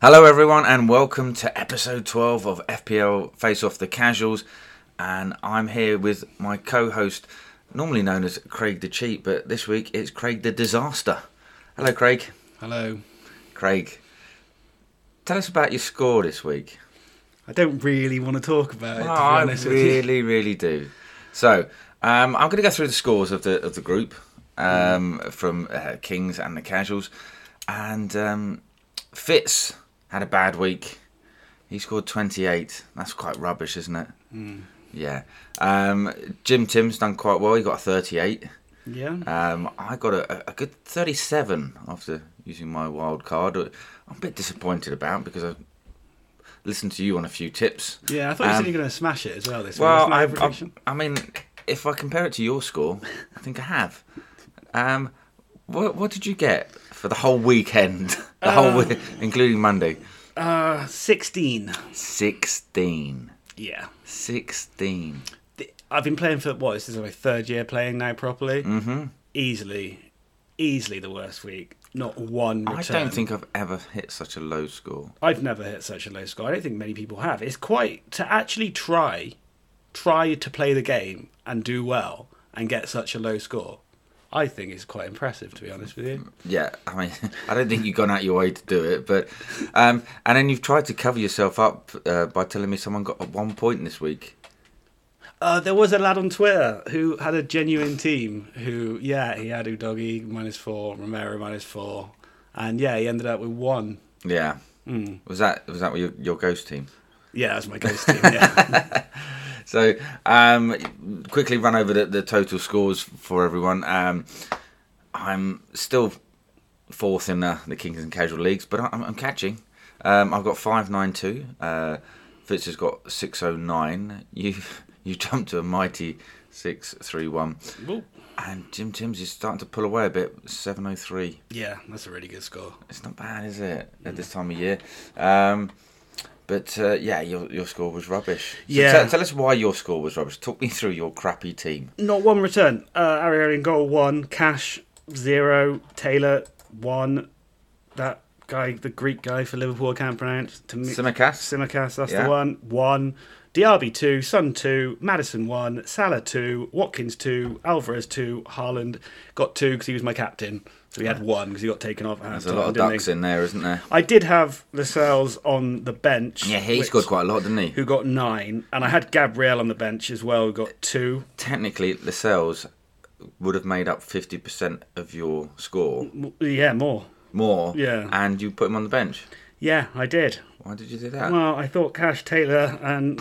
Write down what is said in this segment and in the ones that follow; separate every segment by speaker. Speaker 1: Hello, everyone, and welcome to episode 12 of FPL Face Off the Casuals. And I'm here with my co host, normally known as Craig the Cheat, but this week it's Craig the Disaster. Hello, Craig.
Speaker 2: Hello.
Speaker 1: Craig, tell us about your score this week.
Speaker 2: I don't really want to talk about it.
Speaker 1: Oh,
Speaker 2: Uh, to be
Speaker 1: I
Speaker 2: honest with you.
Speaker 1: really, really do. So, um, I'm going to go through the scores of the of the group um,
Speaker 2: Mm.
Speaker 1: from uh, Kings and the Casuals. And um, Fitz had a bad week. He scored 28. That's quite rubbish, isn't it?
Speaker 2: Mm.
Speaker 1: Yeah. Um, Jim Tim's done quite well. He got a 38.
Speaker 2: Yeah.
Speaker 1: Um, I got a, a good 37 after using my wild card. I'm a bit disappointed about because I listened to you on a few tips.
Speaker 2: Yeah, I thought you
Speaker 1: um,
Speaker 2: said you were going to smash it as well this
Speaker 1: Well,
Speaker 2: week. That's
Speaker 1: I,
Speaker 2: my
Speaker 1: I,
Speaker 2: prediction.
Speaker 1: I mean, if I compare it to your score, I think I have. Um, what, what did you get for the whole weekend? The whole week, including Monday.
Speaker 2: Uh, 16.
Speaker 1: 16.
Speaker 2: Yeah.
Speaker 1: 16.
Speaker 2: The- I've been playing for, what, this is my third year playing now properly.
Speaker 1: hmm
Speaker 2: Easily, easily the worst week. Not one
Speaker 1: I
Speaker 2: return.
Speaker 1: don't think I've ever hit such a low score.
Speaker 2: I've never hit such a low score. I don't think many people have. It's quite, to actually try, try to play the game and do well and get such a low score, I think is quite impressive, to be honest with you.
Speaker 1: Yeah, I mean, I don't think you've gone out your way to do it, but um, and then you've tried to cover yourself up uh, by telling me someone got one point this week.
Speaker 2: Uh, there was a lad on Twitter who had a genuine team who, yeah, he had Udogi minus four, Romero minus four, and yeah, he ended up with one.
Speaker 1: Yeah,
Speaker 2: Mm.
Speaker 1: was that was that your, your ghost team?
Speaker 2: Yeah, that's my ghost team. Yeah.
Speaker 1: So, um, quickly run over the, the total scores for everyone. Um, I'm still fourth in uh, the Kings and Casual Leagues, but I- I'm, I'm catching. Um, I've got 592. Uh, Fitz has got 609. You've, you've jumped to a mighty 631.
Speaker 2: Ooh.
Speaker 1: And Jim Timms is starting to pull away a bit, 703.
Speaker 2: yeah, that's a really good score.
Speaker 1: It's not bad, is it, at
Speaker 2: Mm.
Speaker 1: this time of year? Um, but uh, yeah, your your score was rubbish. So
Speaker 2: Yeah.
Speaker 1: Tell, tell us why your score was rubbish. Talk me through your crappy team.
Speaker 2: Not one return. Uh, Ariel in goal one, Cash zero, Taylor one. That guy, the Greek guy for Liverpool, I can't pronounce. To me,
Speaker 1: Simicast.
Speaker 2: Simicast, that's
Speaker 1: Yeah.
Speaker 2: the one. One. Diaby two, Sun two, Madison one, Salah two, Watkins two, Alvarez two, Haaland got two because he was my captain, so he had one because he got taken off. at
Speaker 1: There's a
Speaker 2: half-time,
Speaker 1: lot of
Speaker 2: didn't he?
Speaker 1: ducks in there, isn't there?
Speaker 2: I did have Lascelles on the bench.
Speaker 1: Yeah, he
Speaker 2: which-
Speaker 1: scored quite a lot, didn't he?
Speaker 2: Who got nine, and I had Gabriel on the bench as well, who got two.
Speaker 1: Technically, Lascelles would have made up 50% of your score,
Speaker 2: M- Yeah, more.
Speaker 1: more,
Speaker 2: Yeah.
Speaker 1: and you put him on the bench.
Speaker 2: Yeah, I did.
Speaker 1: Why did you do that?
Speaker 2: Well, I thought Cash Taylor and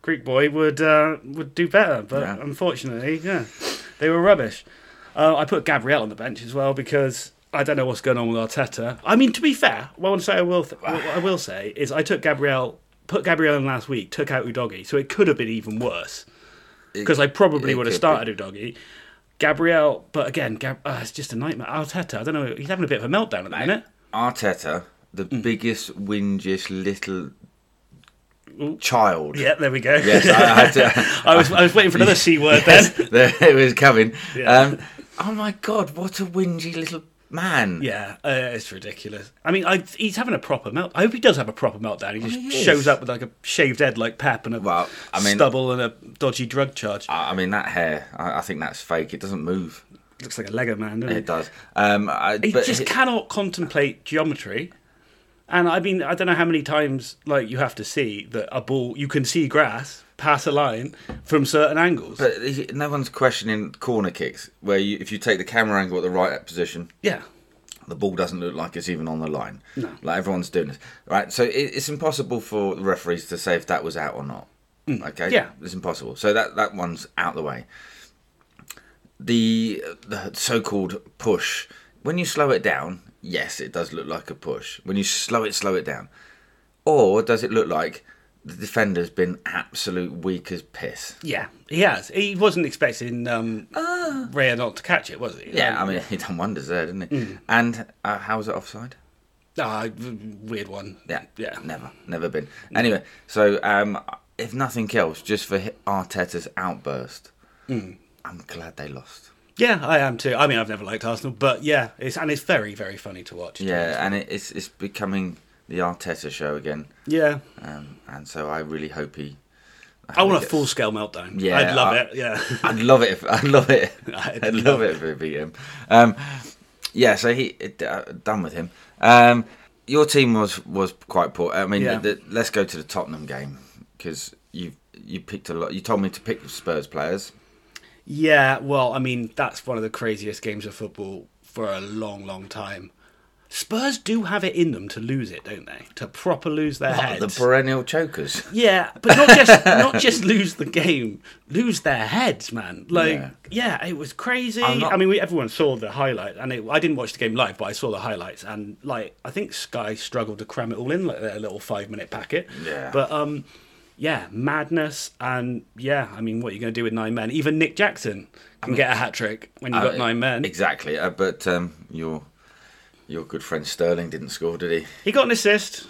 Speaker 2: Greek Boy would uh, would do better, but
Speaker 1: Yeah.
Speaker 2: unfortunately, yeah, they were rubbish. Uh, I put Gabrielle on the bench as well because I don't know what's going on with Arteta. I mean, to be fair, one say I will th- what I will say is I took Gabrielle put Gabrielle in last week, took out Udogi, so it could have been even worse
Speaker 1: It-
Speaker 2: because I probably
Speaker 1: it
Speaker 2: would
Speaker 1: could
Speaker 2: have
Speaker 1: be.
Speaker 2: started Udogi. Gabrielle, but again, Gab- uh, it's just a nightmare. Arteta, I don't know, he's having a bit of a meltdown at the minute.
Speaker 1: Arteta, the
Speaker 2: Mm.
Speaker 1: biggest, whingiest little child.
Speaker 2: Yeah, there we go.
Speaker 1: Yes, I had to.
Speaker 2: I was I was waiting for another c word then.
Speaker 1: Yes, there it was coming.
Speaker 2: Yeah.
Speaker 1: Um, oh my god, what a whingy little man.
Speaker 2: Yeah, uh, it's ridiculous. I mean, I, he's having a proper melt. I hope he does have a proper meltdown. He just
Speaker 1: Oh, he is.
Speaker 2: shows up with like a shaved head, like Pep, and a
Speaker 1: Well, I mean-
Speaker 2: stubble and a dodgy drug charge.
Speaker 1: I I mean, that hair, I, I think that's fake. It doesn't move.
Speaker 2: Looks like a Lego man, doesn't
Speaker 1: It does. Um, I,
Speaker 2: he? He
Speaker 1: but
Speaker 2: just
Speaker 1: he-
Speaker 2: cannot contemplate geometry. And I mean, I don't know how many times like you have to see that a ball. You can see grass pass a line from certain angles.
Speaker 1: but he- no one's questioning corner kicks, where you, if you take the camera angle at the right position,
Speaker 2: yeah,
Speaker 1: the ball doesn't look like it's even on the line.
Speaker 2: No.
Speaker 1: Like everyone's doing this. Right? So it, it's impossible for the referees to say if that was out or not. Okay?
Speaker 2: Mm. Yeah.
Speaker 1: It's impossible. So that, that one's out the way. The, the so called push, when you slow it down, yes, it does look like a push. When you slow it, slow it down. Or does it look like the defender's been absolute weak as piss?
Speaker 2: yeah, he has. He wasn't expecting um, Raya not to catch it, was
Speaker 1: Ah.
Speaker 2: he? Um,
Speaker 1: Yeah, I mean, he done wonders there, didn't he?
Speaker 2: Mm.
Speaker 1: And uh, how was it offside?
Speaker 2: Ah, weird one.
Speaker 1: Yeah,
Speaker 2: yeah.
Speaker 1: never, never been. Anyway, so um, if nothing else, just for Hi- Arteta's outburst,
Speaker 2: Hmm.
Speaker 1: I'm glad they lost.
Speaker 2: Yeah, I am too. I mean, I've never liked Arsenal, but yeah, it's and it's very, very funny to watch.
Speaker 1: Yeah, and it, it's it's becoming the Arteta show again,
Speaker 2: Yeah.
Speaker 1: um, and so I really hope he.
Speaker 2: I want a
Speaker 1: gets-
Speaker 2: full scale meltdown.
Speaker 1: Yeah,
Speaker 2: I'd love
Speaker 1: I-
Speaker 2: it. Yeah.
Speaker 1: I'd love it. If, I'd love it.
Speaker 2: I'd
Speaker 1: I'd, love it if it beat him. Um, yeah, so he it, uh, done with him. Um, your team was was quite poor. I mean,
Speaker 2: Yeah.
Speaker 1: the, let's go to the Tottenham game because you you picked a lot. You told me to pick Spurs players.
Speaker 2: Yeah, well, I mean, that's one of the craziest games of football for a long, long time. Spurs do have it in them to lose it, don't they? To proper lose
Speaker 1: Oh,
Speaker 2: their
Speaker 1: the
Speaker 2: heads.
Speaker 1: perennial chokers.
Speaker 2: yeah, but not just not just lose the game, lose their heads, man. Like,
Speaker 1: Yeah.
Speaker 2: yeah, it was crazy.
Speaker 1: I'm not-
Speaker 2: I mean, we, everyone saw the highlight, and it, I didn't watch the game live, but I saw the highlights, and like, I think Sky struggled to cram it all in like their little five-minute packet.
Speaker 1: Yeah.
Speaker 2: but um. Yeah, madness, and yeah, I mean, what are you going to do with nine men? Even Nick Jackson can get a hat trick when you've got
Speaker 1: Uh,
Speaker 2: nine men.
Speaker 1: Exactly. Uh, but um, your your good friend Sterling didn't score, did he?
Speaker 2: He got an assist.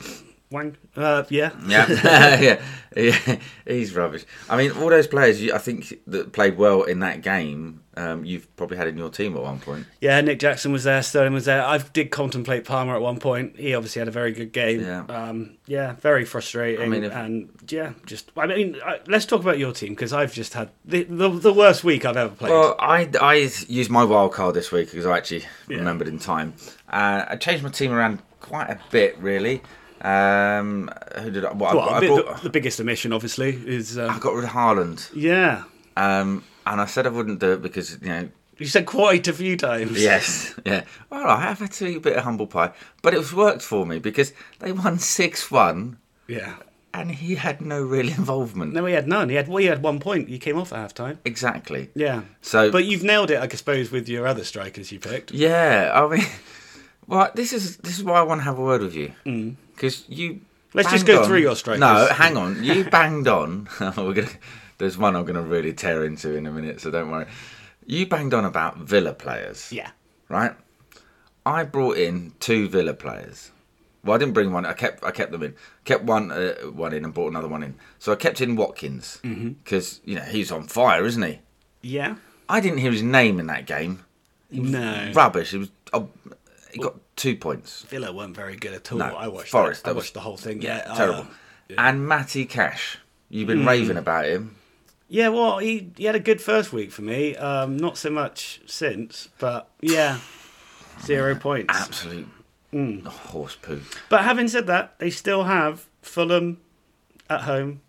Speaker 2: Wang, uh, yeah,
Speaker 1: Yeah, yeah, yeah. He's rubbish. I mean, all those players you, I think that played well in that game, um, you've probably had in your team at one point.
Speaker 2: Yeah, Nick Jackson was there, Sterling was there. I did contemplate Palmer at one point. He obviously had a very good game.
Speaker 1: Yeah.
Speaker 2: um, yeah very frustrating.
Speaker 1: I mean, if-
Speaker 2: and yeah, just I mean, I, let's talk about your team because I've just had the, the the worst week I've ever played.
Speaker 1: Well, I, I used my wild card this week because I actually
Speaker 2: Yeah.
Speaker 1: remembered in time. Uh, I changed my team around quite a bit, really. Um, who did I? Well,
Speaker 2: Well,
Speaker 1: I,
Speaker 2: the,
Speaker 1: brought, I, brought,
Speaker 2: the biggest omission, obviously, is
Speaker 1: I
Speaker 2: um,
Speaker 1: got rid of Haaland.
Speaker 2: yeah.
Speaker 1: Um, and I said I wouldn't do it because, you know,
Speaker 2: You said quite a few times.
Speaker 1: Yes, yeah. Well, I have had to eat a bit of humble pie, but it's worked for me because they won six one,
Speaker 2: yeah.
Speaker 1: and he had no real involvement.
Speaker 2: No, he had none. He had well, he had one point. You came off at half time.
Speaker 1: Exactly.
Speaker 2: Yeah.
Speaker 1: So-
Speaker 2: but you've nailed it, I suppose, with your other strikers you picked.
Speaker 1: Yeah, I mean, well, this is this is why I want to have a word with you because you.
Speaker 2: Mm. Let's just
Speaker 1: banged
Speaker 2: go
Speaker 1: on-
Speaker 2: through your strikers.
Speaker 1: No, hang on. You banged on. We're gonna. There's one I'm gonna really tear into in a minute, so don't worry. You banged on about Villa players.
Speaker 2: Yeah.
Speaker 1: right? I brought in two Villa players. Well, I didn't bring one. I kept I kept them in. Kept one uh, one in and brought another one in. So I kept in Watkins
Speaker 2: Mm-hmm.
Speaker 1: because you know he's on fire, isn't he?
Speaker 2: Yeah.
Speaker 1: I didn't hear his name in that game.
Speaker 2: No.
Speaker 1: Rubbish. It was. Uh, he got two points.
Speaker 2: Villa weren't very good at all.
Speaker 1: No,
Speaker 2: I watched
Speaker 1: Forest,
Speaker 2: that. I
Speaker 1: that was-
Speaker 2: watched the whole thing.
Speaker 1: Yeah,
Speaker 2: Yeah, Mm. uh,
Speaker 1: terrible. And Matty Cash. You've been raving about him.
Speaker 2: yeah, well, he, he had a good first week for me. Um, not so much since, but yeah, zero points.
Speaker 1: Absolute
Speaker 2: Mm.
Speaker 1: horse poo.
Speaker 2: But having said that, they still have Fulham at home.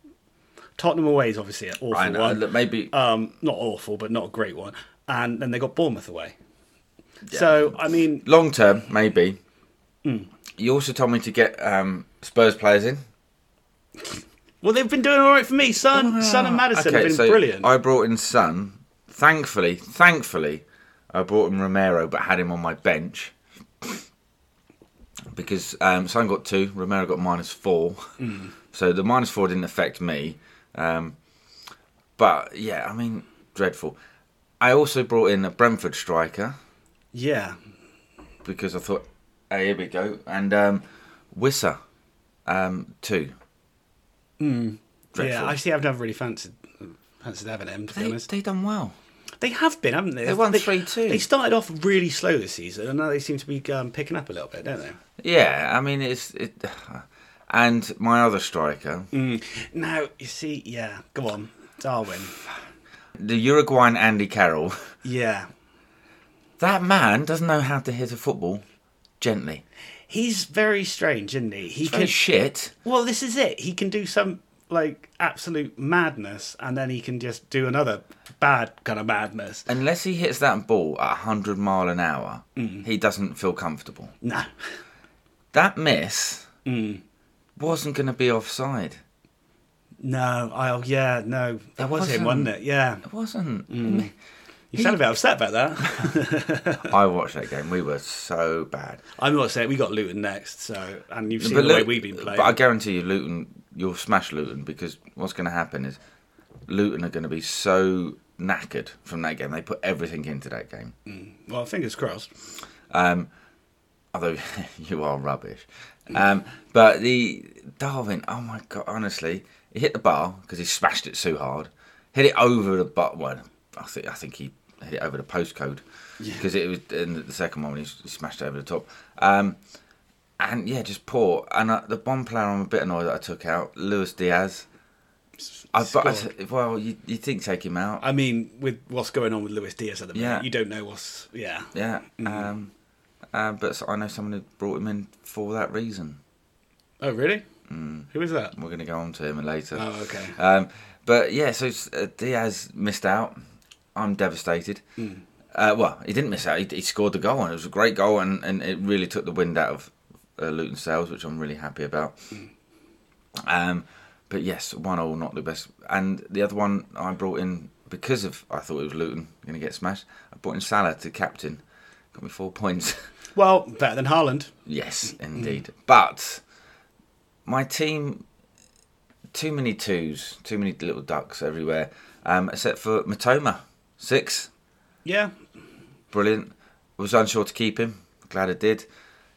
Speaker 2: Tottenham away is obviously an awful
Speaker 1: I know.
Speaker 2: one.
Speaker 1: Look, maybe
Speaker 2: Um, not awful, but not a great one. And then they got Bournemouth away. So I mean,
Speaker 1: long term, maybe.
Speaker 2: Mm.
Speaker 1: You also told me to get um, Spurs players in.
Speaker 2: well, they've been doing all right for me. Son, Son, and Madison have been
Speaker 1: Ah, so
Speaker 2: brilliant.
Speaker 1: I brought in Sun. Thankfully, thankfully, I brought in Romero, but had him on my bench because um, Sun got two, Romero got minus four.
Speaker 2: Hmm.
Speaker 1: So the minus four didn't affect me. Um, but yeah, I mean, dreadful. I also brought in a Brentford striker
Speaker 2: yeah,
Speaker 1: because I thought, hey, here we go, and um, Wissa, um, two.
Speaker 2: yeah.
Speaker 1: Dreadful.
Speaker 2: I see. I've never really fancied fancied having him to be
Speaker 1: They
Speaker 2: honest.
Speaker 1: they done well.
Speaker 2: They have been, haven't they?
Speaker 1: They won 3-2.
Speaker 2: They started off really slow this season, and now they seem to be um, picking up a little bit, don't they?
Speaker 1: Yeah, I mean it's it, and my other striker,
Speaker 2: Now you see, yeah, go on, Darwin.
Speaker 1: the Uruguayan Andy Carroll.
Speaker 2: Yeah,
Speaker 1: That man doesn't know how to hit a football gently.
Speaker 2: he's very strange, isn't he? He
Speaker 1: He's very
Speaker 2: can.
Speaker 1: shit.
Speaker 2: well, this is it. He can do some like absolute madness, and then he can just do another bad kind of madness.
Speaker 1: Unless he hits that ball at hundred mile an hour, he doesn't feel comfortable.
Speaker 2: No,
Speaker 1: That miss wasn't going to be offside.
Speaker 2: no, I yeah, no, that was him,
Speaker 1: wasn't-
Speaker 2: wasn't it? Yeah,
Speaker 1: It wasn't.
Speaker 2: you sound a bit upset about that.
Speaker 1: I watched that game. We were so bad.
Speaker 2: I'm not saying we got Luton next, so and you've seen the way
Speaker 1: Luton-
Speaker 2: we've been playing.
Speaker 1: but I guarantee you, Luton, you'll smash Luton because what's going to happen is Luton are going to be so knackered from that game. They put everything into that game.
Speaker 2: well, fingers crossed.
Speaker 1: Um, although you are rubbish. Um, but the Darwin, oh my god, honestly, he hit the bar because he smashed it so hard. Hit it over the bar. Well, I think I think he hit it over the postcode because it was in the second one when he s- smashed it over the top. Um, and yeah, just poor. And uh, the one player I'm a bit annoyed that I took out, Luis Diaz. I, but I
Speaker 2: Scored.
Speaker 1: t- well, you you think take him out?
Speaker 2: I mean, with what's going on with Luis Diaz at the minute,
Speaker 1: Yeah.
Speaker 2: you don't know what's. Yeah.
Speaker 1: yeah. Um, uh, but s I I know someone who brought him in for that reason.
Speaker 2: Oh, really?
Speaker 1: Hmm.
Speaker 2: Who is that?
Speaker 1: We're going to go on to him later.
Speaker 2: Oh, okay.
Speaker 1: Um, but yeah, so uh, Diaz missed out. I'm devastated.
Speaker 2: Hmm.
Speaker 1: Uh, well, he didn't miss out. He, he scored the goal, and it was a great goal, and, and it really took the wind out of uh, Luton Sales, which I'm really happy about.
Speaker 2: Hmm.
Speaker 1: Um, but yes, one all not the best. And the other one I brought in because of I thought it was Luton going to get smashed. I brought in Salah to captain. Got me four points.
Speaker 2: Well, better than Haaland. Mm.
Speaker 1: Yes, indeed. But my team, too many twos, too many little ducks everywhere, um, except for Matoma. Six,
Speaker 2: Yeah.
Speaker 1: brilliant. Was unsure to keep him. Glad I did.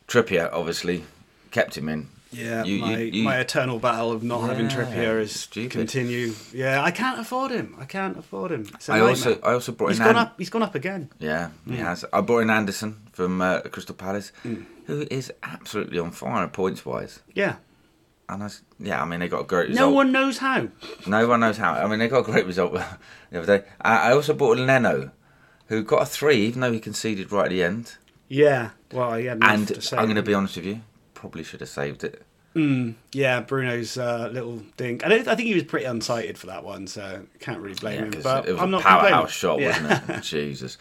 Speaker 1: Trippier, obviously, kept him in.
Speaker 2: Yeah,
Speaker 1: You- you-
Speaker 2: my,
Speaker 1: you-
Speaker 2: my eternal battle of not having
Speaker 1: Yeah,
Speaker 2: Trippier is
Speaker 1: stupid.
Speaker 2: continue. Yeah, I can't afford him. I can't afford him. It's a
Speaker 1: I also,
Speaker 2: nightmare.
Speaker 1: I also brought
Speaker 2: he's
Speaker 1: in.
Speaker 2: gone
Speaker 1: An-
Speaker 2: up. He's gone up again.
Speaker 1: Yeah, he has. I brought in Anderson from uh, Crystal Palace,
Speaker 2: Mm.
Speaker 1: who is absolutely on fire points wise.
Speaker 2: Yeah.
Speaker 1: And I, s- yeah, I mean they got a great result.
Speaker 2: No one knows how.
Speaker 1: No one knows how. I mean, they got a great result the other day. I, I also bought Leno, who got a three, even though he conceded right at the end.
Speaker 2: Yeah. Well, he had enough
Speaker 1: and
Speaker 2: to say.
Speaker 1: I'm going to be honest with you, probably should have saved it.
Speaker 2: Yeah, Bruno's uh, little dink. I, don't, I think he was pretty unsighted for that one, so can't really blame him. But
Speaker 1: it was
Speaker 2: I'm
Speaker 1: a
Speaker 2: not
Speaker 1: powerhouse shot,
Speaker 2: complaining. Yeah.
Speaker 1: wasn't it? Jesus.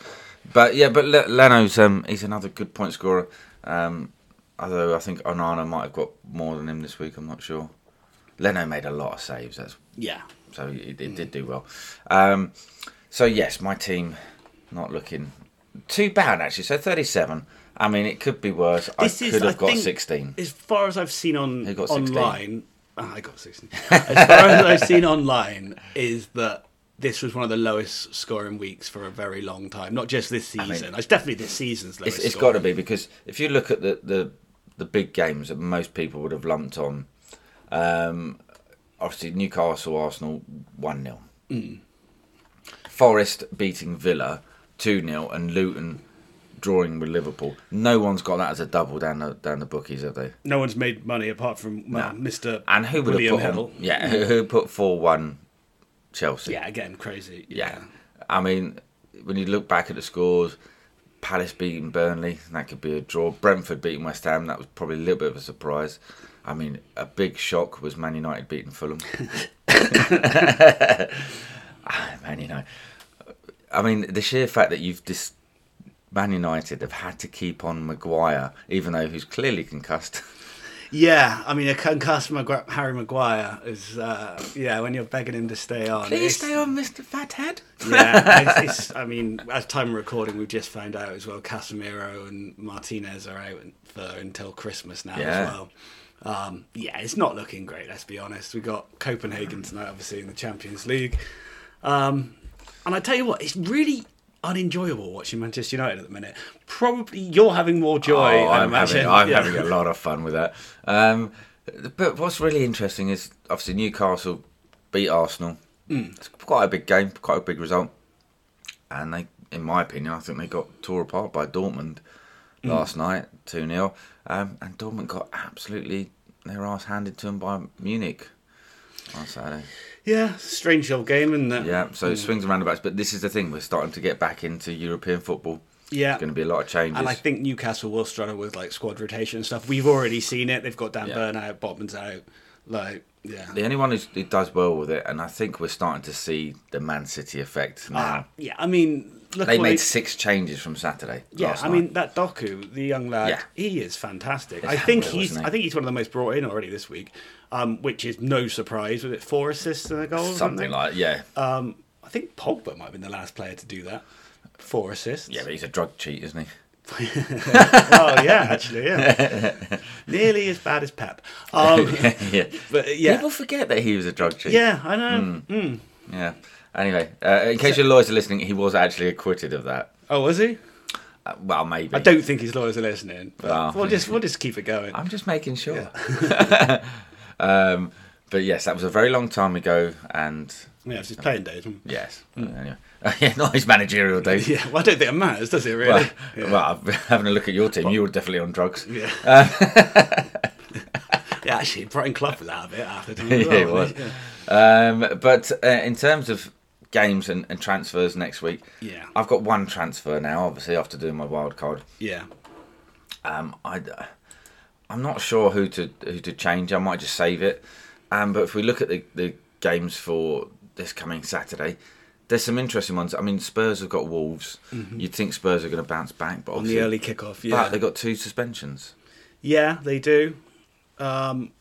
Speaker 1: But yeah, but Le- Leno's um, he's another good point scorer. Um, although I think Onana might have got more than him this week. I'm not sure. Leno made a lot of saves. That's
Speaker 2: Yeah.
Speaker 1: so it,
Speaker 2: Mm.
Speaker 1: it did do well. Um, so yes, my team not looking too bad actually. So thirty-seven. I mean, it could be worse.
Speaker 2: This
Speaker 1: I
Speaker 2: is,
Speaker 1: could have
Speaker 2: I
Speaker 1: got
Speaker 2: think,
Speaker 1: sixteen.
Speaker 2: As far as I've seen on
Speaker 1: Who got 16?
Speaker 2: online, Ah, I got sixteen. as far as I've seen online, is that this was one of the lowest scoring weeks for a very long time. Not just this
Speaker 1: mean-
Speaker 2: season. it's definitely this season's lowest.
Speaker 1: It's, it's got
Speaker 2: scoring.
Speaker 1: to be because if you look at the, the the big games that most people would have lumped on, um, obviously Newcastle, Arsenal, one 0
Speaker 2: Mm.
Speaker 1: Forest beating Villa two 0 and Luton drawing with Liverpool. No one's got that as a double down the down the bookies, have they?
Speaker 2: No one's made money apart from well, Mr.
Speaker 1: And who would
Speaker 2: William
Speaker 1: have put
Speaker 2: Hill.
Speaker 1: on, yeah, who, who put four one Chelsea?
Speaker 2: Yeah, again, crazy.
Speaker 1: Yeah. I mean, when you look back at the scores, Palace beating Burnley, that could be a draw. Brentford beating West Ham, that was probably a little bit of a surprise. I mean, a big shock was Man United beating Fulham. Ah, Man United. I mean, the sheer fact that you've dis- Man United have had to keep on Maguire, even though he's clearly concussed.
Speaker 2: Yeah, I mean, a concussed Magu- Harry Maguire is, uh, yeah, when you're begging him to stay on. it's-
Speaker 1: on, Mr. Fathead.
Speaker 2: yeah, it's, it's, I mean, at time of recording, we've just found out as well. Casemiro and Martinez are out for until Christmas now
Speaker 1: Yeah.
Speaker 2: as well. Um, yeah, it's not looking great. Let's be honest. We got Copenhagen tonight, obviously in the Champions League. Um, and I tell you what, it's really unenjoyable watching Manchester United at the minute. Probably you're having more joy.
Speaker 1: Oh,
Speaker 2: I
Speaker 1: I'm, having,
Speaker 2: imagine.
Speaker 1: I'm
Speaker 2: Yeah.
Speaker 1: having a lot of fun with that. Um, but what's really interesting is obviously Newcastle beat Arsenal.
Speaker 2: Hmm.
Speaker 1: It's quite a big game, quite a big result. And they, in my opinion, I think they got tore apart by Dortmund
Speaker 2: Hmm.
Speaker 1: last night, 2 0. Um, and Dortmund got absolutely their ass handed to them by Munich on Saturday.
Speaker 2: yeah, strange old game, isn't it?
Speaker 1: Yeah, so it swings and roundabouts. But this is the thing, we're starting to get back into European football.
Speaker 2: yeah.
Speaker 1: There's going to be a lot of changes.
Speaker 2: And I think Newcastle will struggle with like squad rotation and stuff. We've already seen it. They've got Dan
Speaker 1: Yeah.
Speaker 2: Burn out, Botman's out. Like, yeah.
Speaker 1: The only one who's, who does well with it, and I think we're starting to see the Man City effect now.
Speaker 2: Ah, yeah, I mean, look
Speaker 1: they
Speaker 2: what
Speaker 1: made six changes from Saturday.
Speaker 2: Yeah,
Speaker 1: last
Speaker 2: I
Speaker 1: night.
Speaker 2: mean that Doku, the young lad,
Speaker 1: Yeah.
Speaker 2: he is fantastic.
Speaker 1: He's
Speaker 2: I think
Speaker 1: unreal,
Speaker 2: he's,
Speaker 1: isn't he?
Speaker 2: I think he's one of the most brought in already this week, um, which is no surprise. Was it four assists and a goal? or
Speaker 1: something like yeah,
Speaker 2: Um, I think Pogba might have been the last player to do that. Four assists.
Speaker 1: yeah. But he's a drug cheat, isn't he?
Speaker 2: oh yeah, actually, yeah. Nearly as bad as Pep. Um,
Speaker 1: yeah.
Speaker 2: but yeah,
Speaker 1: people Hmm. forget that he was a drug cheat.
Speaker 2: yeah, I know. Mm.
Speaker 1: yeah. Anyway, uh, in case your lawyers are listening, he was actually acquitted of that.
Speaker 2: Oh, was he?
Speaker 1: Uh, well, maybe.
Speaker 2: I don't think his lawyers are listening, but
Speaker 1: Oh.
Speaker 2: we'll just we'll just keep it going.
Speaker 1: I'm just making sure. um, But yes, that was a very long time ago, and
Speaker 2: Yeah, it's his playing days. wasn't it?
Speaker 1: yes, anyway, yeah, not his managerial days.
Speaker 2: Yeah, well, I don't think it matters, does it, really?
Speaker 1: Well,
Speaker 2: yeah.
Speaker 1: well, having a look at your team, you were definitely on drugs.
Speaker 2: yeah.
Speaker 1: Uh.
Speaker 2: yeah, actually, Brighton Club was out of it after. didn't
Speaker 1: yeah,
Speaker 2: they?
Speaker 1: it was. Um, but uh, in terms of games and, and transfers next week,
Speaker 2: Yeah.
Speaker 1: I've got one transfer now. Obviously, after doing my wild card,
Speaker 2: Yeah.
Speaker 1: um, I, I'm not sure who to who to change. I might just save it. Um, but if we look at the, the games for this coming Saturday, there's some interesting ones. I mean, Spurs have got Wolves. You'd think Spurs are going to bounce back, but
Speaker 2: Mm-hmm. On
Speaker 1: obviously,
Speaker 2: the early kickoff, yeah.
Speaker 1: but they got two suspensions.
Speaker 2: Yeah, they do. Um,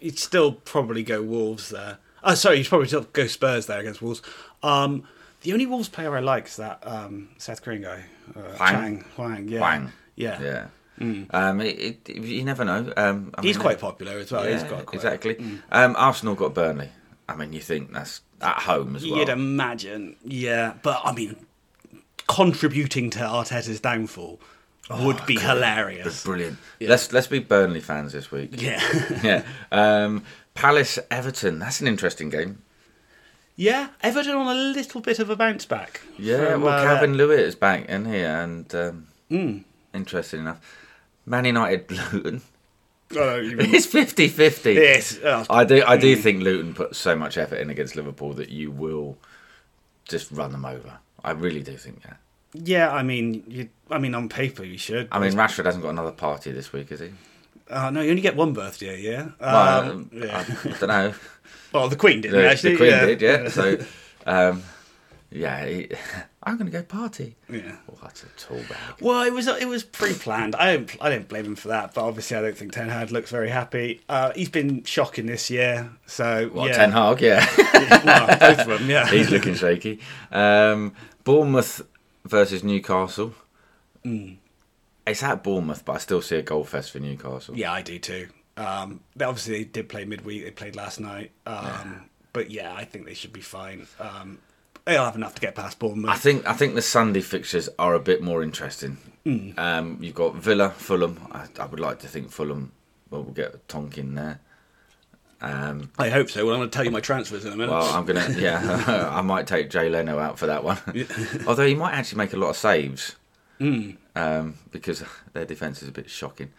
Speaker 2: you'd still probably go Wolves there. Oh, sorry, you'd probably still go Spurs there against Wolves. Um, the only Wolves player I like is that um, South Korean guy, uh,
Speaker 1: Hwang?
Speaker 2: Hwang. Hwang, yeah.
Speaker 1: Hwang.
Speaker 2: Yeah.
Speaker 1: Yeah.
Speaker 2: Mm.
Speaker 1: Um, it, it, you never know. Um, I
Speaker 2: He's
Speaker 1: mean,
Speaker 2: quite popular as well. He's
Speaker 1: Yeah,
Speaker 2: got quite,
Speaker 1: exactly.
Speaker 2: Mm.
Speaker 1: Um, Arsenal got Burnley. I mean, you think that's at home as well.
Speaker 2: You'd imagine, yeah. But I mean, contributing to Arteta's downfall
Speaker 1: Oh,
Speaker 2: would be hilarious.
Speaker 1: Brilliant. Let's let's be Burnley fans this week.
Speaker 2: Yeah.
Speaker 1: yeah. Um, Palace Everton. That's an interesting game.
Speaker 2: yeah. Everton on a little bit of a bounce back.
Speaker 1: Yeah.
Speaker 2: from,
Speaker 1: well,
Speaker 2: uh, Mm.
Speaker 1: Calvin Lewis is back in here, and um, interesting enough, Man United Luton.
Speaker 2: oh, you mean-
Speaker 1: It's 50-50.
Speaker 2: Yes. Oh,
Speaker 1: I do. I do think Luton put so much effort in against Liverpool that you will just run them over. I really do think that.
Speaker 2: Yeah, I mean, you, I mean, on paper you should.
Speaker 1: I mean, Rashford hasn't got another party this week, has he?
Speaker 2: uh, no, you only get one birthday, yeah. Um,
Speaker 1: Well,
Speaker 2: yeah.
Speaker 1: I, don't know.
Speaker 2: well, the Queen did
Speaker 1: The, the
Speaker 2: actually.
Speaker 1: Queen
Speaker 2: yeah.
Speaker 1: did, yeah. So, um, yeah, he, I'm going to go party.
Speaker 2: Yeah.
Speaker 1: What a tall bag.
Speaker 2: Well, it was it was pre-planned. I don't I don't blame him for that, but obviously I don't think Ten Hag looks very happy. Uh, he's been shocking this year, so
Speaker 1: What,
Speaker 2: yeah.
Speaker 1: Ten Hag, yeah.
Speaker 2: well, both of them, yeah.
Speaker 1: He's looking shaky. Um, Bournemouth versus Newcastle.
Speaker 2: Hmm.
Speaker 1: It's at Bournemouth, but I still see a goal fest for Newcastle.
Speaker 2: Yeah, I do too. Um, they obviously did play midweek. They played last night, um, but yeah, I think they should be fine. Um, they'll have enough to get past Bournemouth.
Speaker 1: I think I think the Sunday fixtures are a bit more interesting. Um, you've got Villa, Fulham. I, I would like to think Fulham will we'll get Tonkin there. Um,
Speaker 2: I hope so. Well, I'm going to tell you my transfers in a minute.
Speaker 1: Well, I'm gonna. Yeah, I might take Jay Leno out for that one. Although he might actually make a lot of saves, um, because their defence is a bit shocking.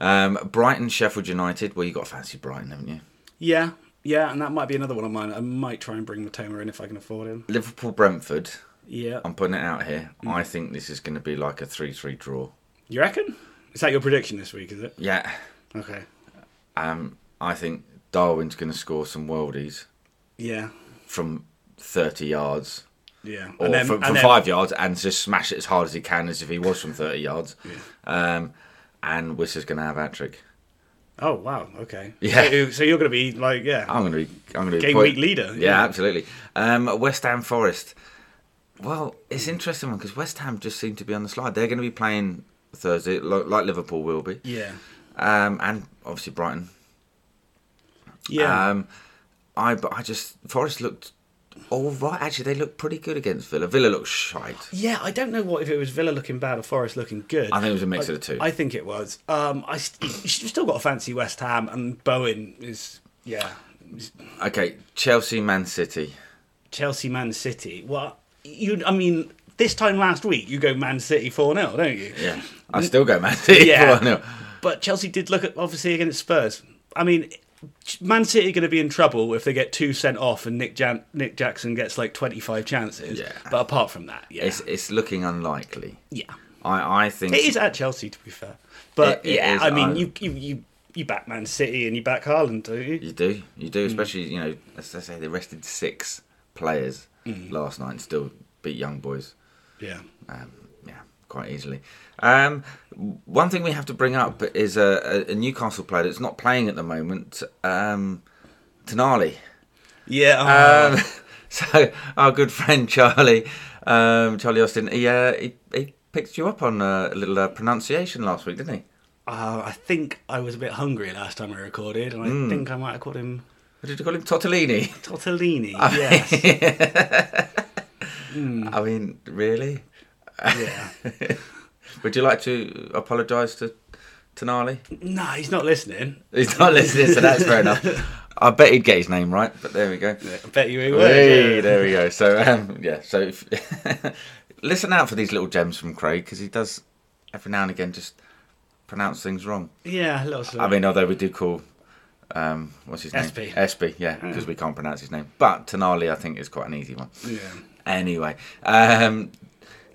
Speaker 1: Um, Brighton, Sheffield United. Well, you got to fancy Brighton, haven't you?
Speaker 2: Yeah, yeah, and that might be another one of mine. I might try and bring Matoma in if I can afford him.
Speaker 1: Liverpool, Brentford.
Speaker 2: Yeah.
Speaker 1: I'm putting it out here. I think this is going to be like a three-three draw.
Speaker 2: You reckon? Is that your prediction this week, is it?
Speaker 1: Yeah.
Speaker 2: Okay.
Speaker 1: Um, I think Darwin's going to score some worldies
Speaker 2: Yeah.
Speaker 1: from 30 yards.
Speaker 2: Yeah.
Speaker 1: or from, from five yards and just smash it as hard as he can as if he was from 30 yards. Um, and Whistler's going to have hat trick.
Speaker 2: Oh, wow. Okay.
Speaker 1: Yeah.
Speaker 2: So, so you're going to be like, yeah.
Speaker 1: I'm going to be. I'm going to be
Speaker 2: Game
Speaker 1: point-
Speaker 2: week leader,
Speaker 1: Yeah,
Speaker 2: yeah.
Speaker 1: absolutely. Um, West Ham Forest. Well, it's interesting one because West Ham just seem to be on the slide. They're going to be playing Thursday, lo- like Liverpool will be,
Speaker 2: Yeah.
Speaker 1: um, and obviously Brighton.
Speaker 2: Yeah.
Speaker 1: Um, I but I just Forest looked all right. Actually, they looked pretty good against Villa. Villa looked shite.
Speaker 2: yeah, I don't know what if it was Villa looking bad or Forest looking good.
Speaker 1: I think it was a mix
Speaker 2: I,
Speaker 1: of the two.
Speaker 2: I think it was. Um, I st- you've still got a fancy West Ham and Bowen is yeah.
Speaker 1: okay, Chelsea, Man City.
Speaker 2: Chelsea, Man City. Well, you. I mean, this time last week you go Man City four 0 don't you?
Speaker 1: Yeah, I still go Man City.
Speaker 2: Yeah.
Speaker 1: 4-0.
Speaker 2: But Chelsea did look at obviously against Spurs. I mean, Man City are going to be in trouble if they get two sent off and Nick Jan- Nick Jackson gets like twenty five chances.
Speaker 1: Yeah.
Speaker 2: But apart from that, yeah,
Speaker 1: It's it's looking unlikely.
Speaker 2: yeah,
Speaker 1: I I think
Speaker 2: it is at Chelsea to be fair. But
Speaker 1: It- it
Speaker 2: yeah,
Speaker 1: is,
Speaker 2: I mean,
Speaker 1: I-
Speaker 2: you you you you back Man City and you back Haaland, don't you?
Speaker 1: you do you do especially you know as I say they rested six players last night and still beat young boys.
Speaker 2: Yeah.
Speaker 1: Um, yeah, quite easily. Um, one thing we have to bring up is a, a, a Newcastle player that's not playing at the moment, um, Tenali.
Speaker 2: Yeah.
Speaker 1: Um, so our good friend Charlie, um, Charlie Austin, he, uh, he he picked you up on uh, a little uh, pronunciation last week, didn't he?
Speaker 2: uh, I think I was a bit hungry last time I recorded, and I
Speaker 1: Hmm.
Speaker 2: think I might have called him
Speaker 1: What did you call him? Tortellini.
Speaker 2: Tortellini. yes.
Speaker 1: I mean, really?
Speaker 2: yeah.
Speaker 1: Would you like to apologise to Tonali?
Speaker 2: No, he's not listening.
Speaker 1: He's not listening, so that's fair enough. I bet he'd get his name right, but there we go.
Speaker 2: I bet you he would.
Speaker 1: Hey,
Speaker 2: yeah.
Speaker 1: there we go. So um, yeah, so if, listen out for these little gems from Craig because he does every now and again just pronounce things wrong.
Speaker 2: Yeah, a little slow.
Speaker 1: I mean, although we do call um, what's his
Speaker 2: SP.
Speaker 1: name? SP, yeah, because we can't pronounce his name. But Tenali, I think, is quite an easy one.
Speaker 2: yeah.
Speaker 1: Anyway, um,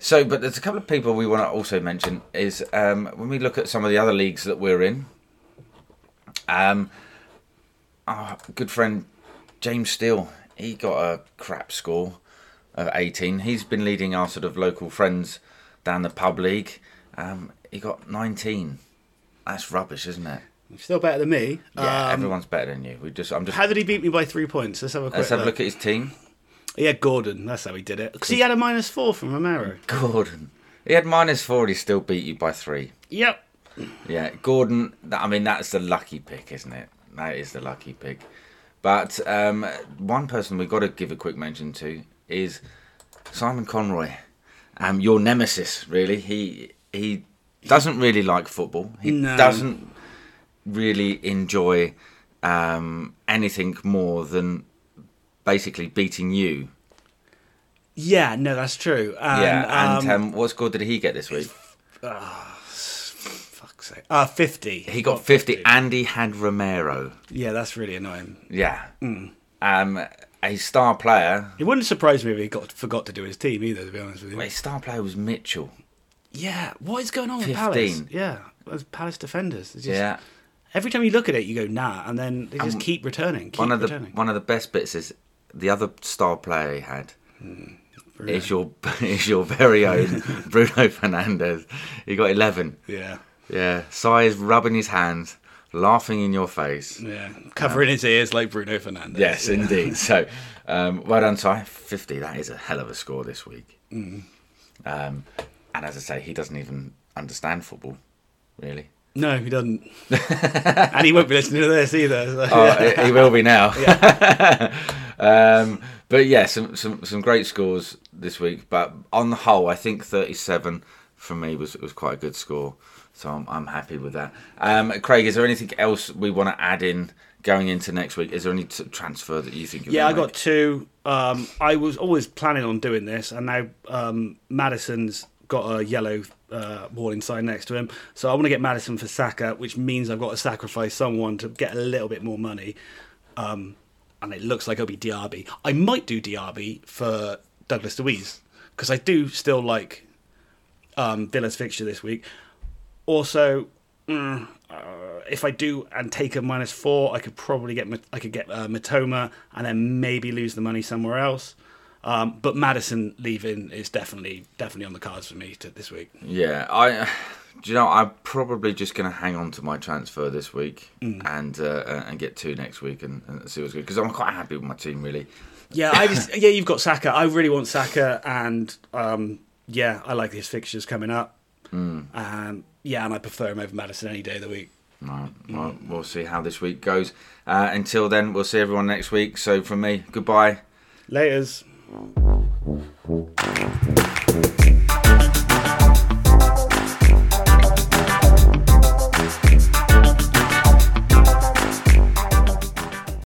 Speaker 1: so but there's a couple of people we want to also mention is um, when we look at some of the other leagues that we're in. Um, our good friend James Steele, he got a crap score of 18. He's been leading our sort of local friends down the pub league. Um, he got 19. That's rubbish, isn't it?
Speaker 2: Still better than me.
Speaker 1: Yeah,
Speaker 2: Um,
Speaker 1: everyone's better than you. We just, I'm just.
Speaker 2: How did he beat me by three points? Let's have a quick
Speaker 1: Let's have a
Speaker 2: look.
Speaker 1: look at his team.
Speaker 2: Yeah, Gordon. That's how he did it. Because he had a minus four from Romero.
Speaker 1: Mm. Gordon. He had minus four. and He still beat you by three.
Speaker 2: Yep.
Speaker 1: Yeah, Gordon. that- I mean, that's the lucky pick, isn't it? That is the lucky pick. But um, one person we've got to give a quick mention to is Simon Conroy, um, your nemesis. Really, he he doesn't really like football. He
Speaker 2: No.
Speaker 1: doesn't really enjoy um, anything more than basically beating you.
Speaker 2: Yeah, no, that's true. And,
Speaker 1: yeah,
Speaker 2: um,
Speaker 1: and um, what score did he get this week?
Speaker 2: fuck's sake. Uh, 50.
Speaker 1: He got 50, and he had Romero.
Speaker 2: Yeah, that's really annoying.
Speaker 1: Yeah. Um, a star player.
Speaker 2: It wouldn't surprise me if he got forgot to do his team either, to be honest with you.
Speaker 1: Wait, star player was Mitchell.
Speaker 2: Yeah, what is going on with
Speaker 1: 15.
Speaker 2: Palace? Yeah, those Palace defenders. They Just,
Speaker 1: Yeah. Um,
Speaker 2: Every time you look at it, you go nah, and then they just keep returning. Keep
Speaker 1: One of the
Speaker 2: returning.
Speaker 1: one of the best bits is the other star player he had. Is your is your very own Bruno Fernandez? He got eleven.
Speaker 2: yeah,
Speaker 1: Yeah, Sai is rubbing his hands, laughing in your face.
Speaker 2: yeah, covering his ears like Bruno Fernandez.
Speaker 1: Yes, indeed. So, um, well done, Ty. 50, that is a hell of a score this week. Um, and as I say, he doesn't even understand football, really.
Speaker 2: No, he doesn't. and he won't be listening to this either. So,
Speaker 1: Oh,
Speaker 2: yeah.
Speaker 1: he- he will be now. um, but yeah, some, some, some great scores this week. But on the whole, I think 37 for me was, was quite a good score. So I'm, I'm happy with that. Um, Craig, is there anything else we want to add in going into next week? Is there any t- transfer that you think? You're
Speaker 2: Yeah, I
Speaker 1: gonna
Speaker 2: got two. Um, I was always planning on doing this, and now um, Madison's got a yellow uh, warning sign next to him. So I want to get Madison for Saka, which means I've got to sacrifice someone to get a little bit more money. Um, and it looks like it'll be Diaby. I might do Diaby for Douglas Luiz because I do still like um, Villa's fixture this week. Also, mm, uh, if I do and take a minus four, I could probably get Ma- I could get uh, Matoma and then maybe lose the money somewhere else. Um, but Madison leaving is definitely definitely on the cards for me to, this week.
Speaker 1: Yeah, I. Do you know? I'm probably just going to hang on to my transfer this week
Speaker 2: Mm.
Speaker 1: and uh, uh, and get two next week and, and see what's good because I'm quite happy with my team really.
Speaker 2: Yeah, I just yeah you've got Saka. I really want Saka, and um, yeah, I like his fixtures coming up. Um, yeah, and I prefer him over Madison any day of the week.
Speaker 1: Right, well, we'll see how this week goes. Uh, until then, we'll see everyone next week. So from me, goodbye.
Speaker 2: Laters.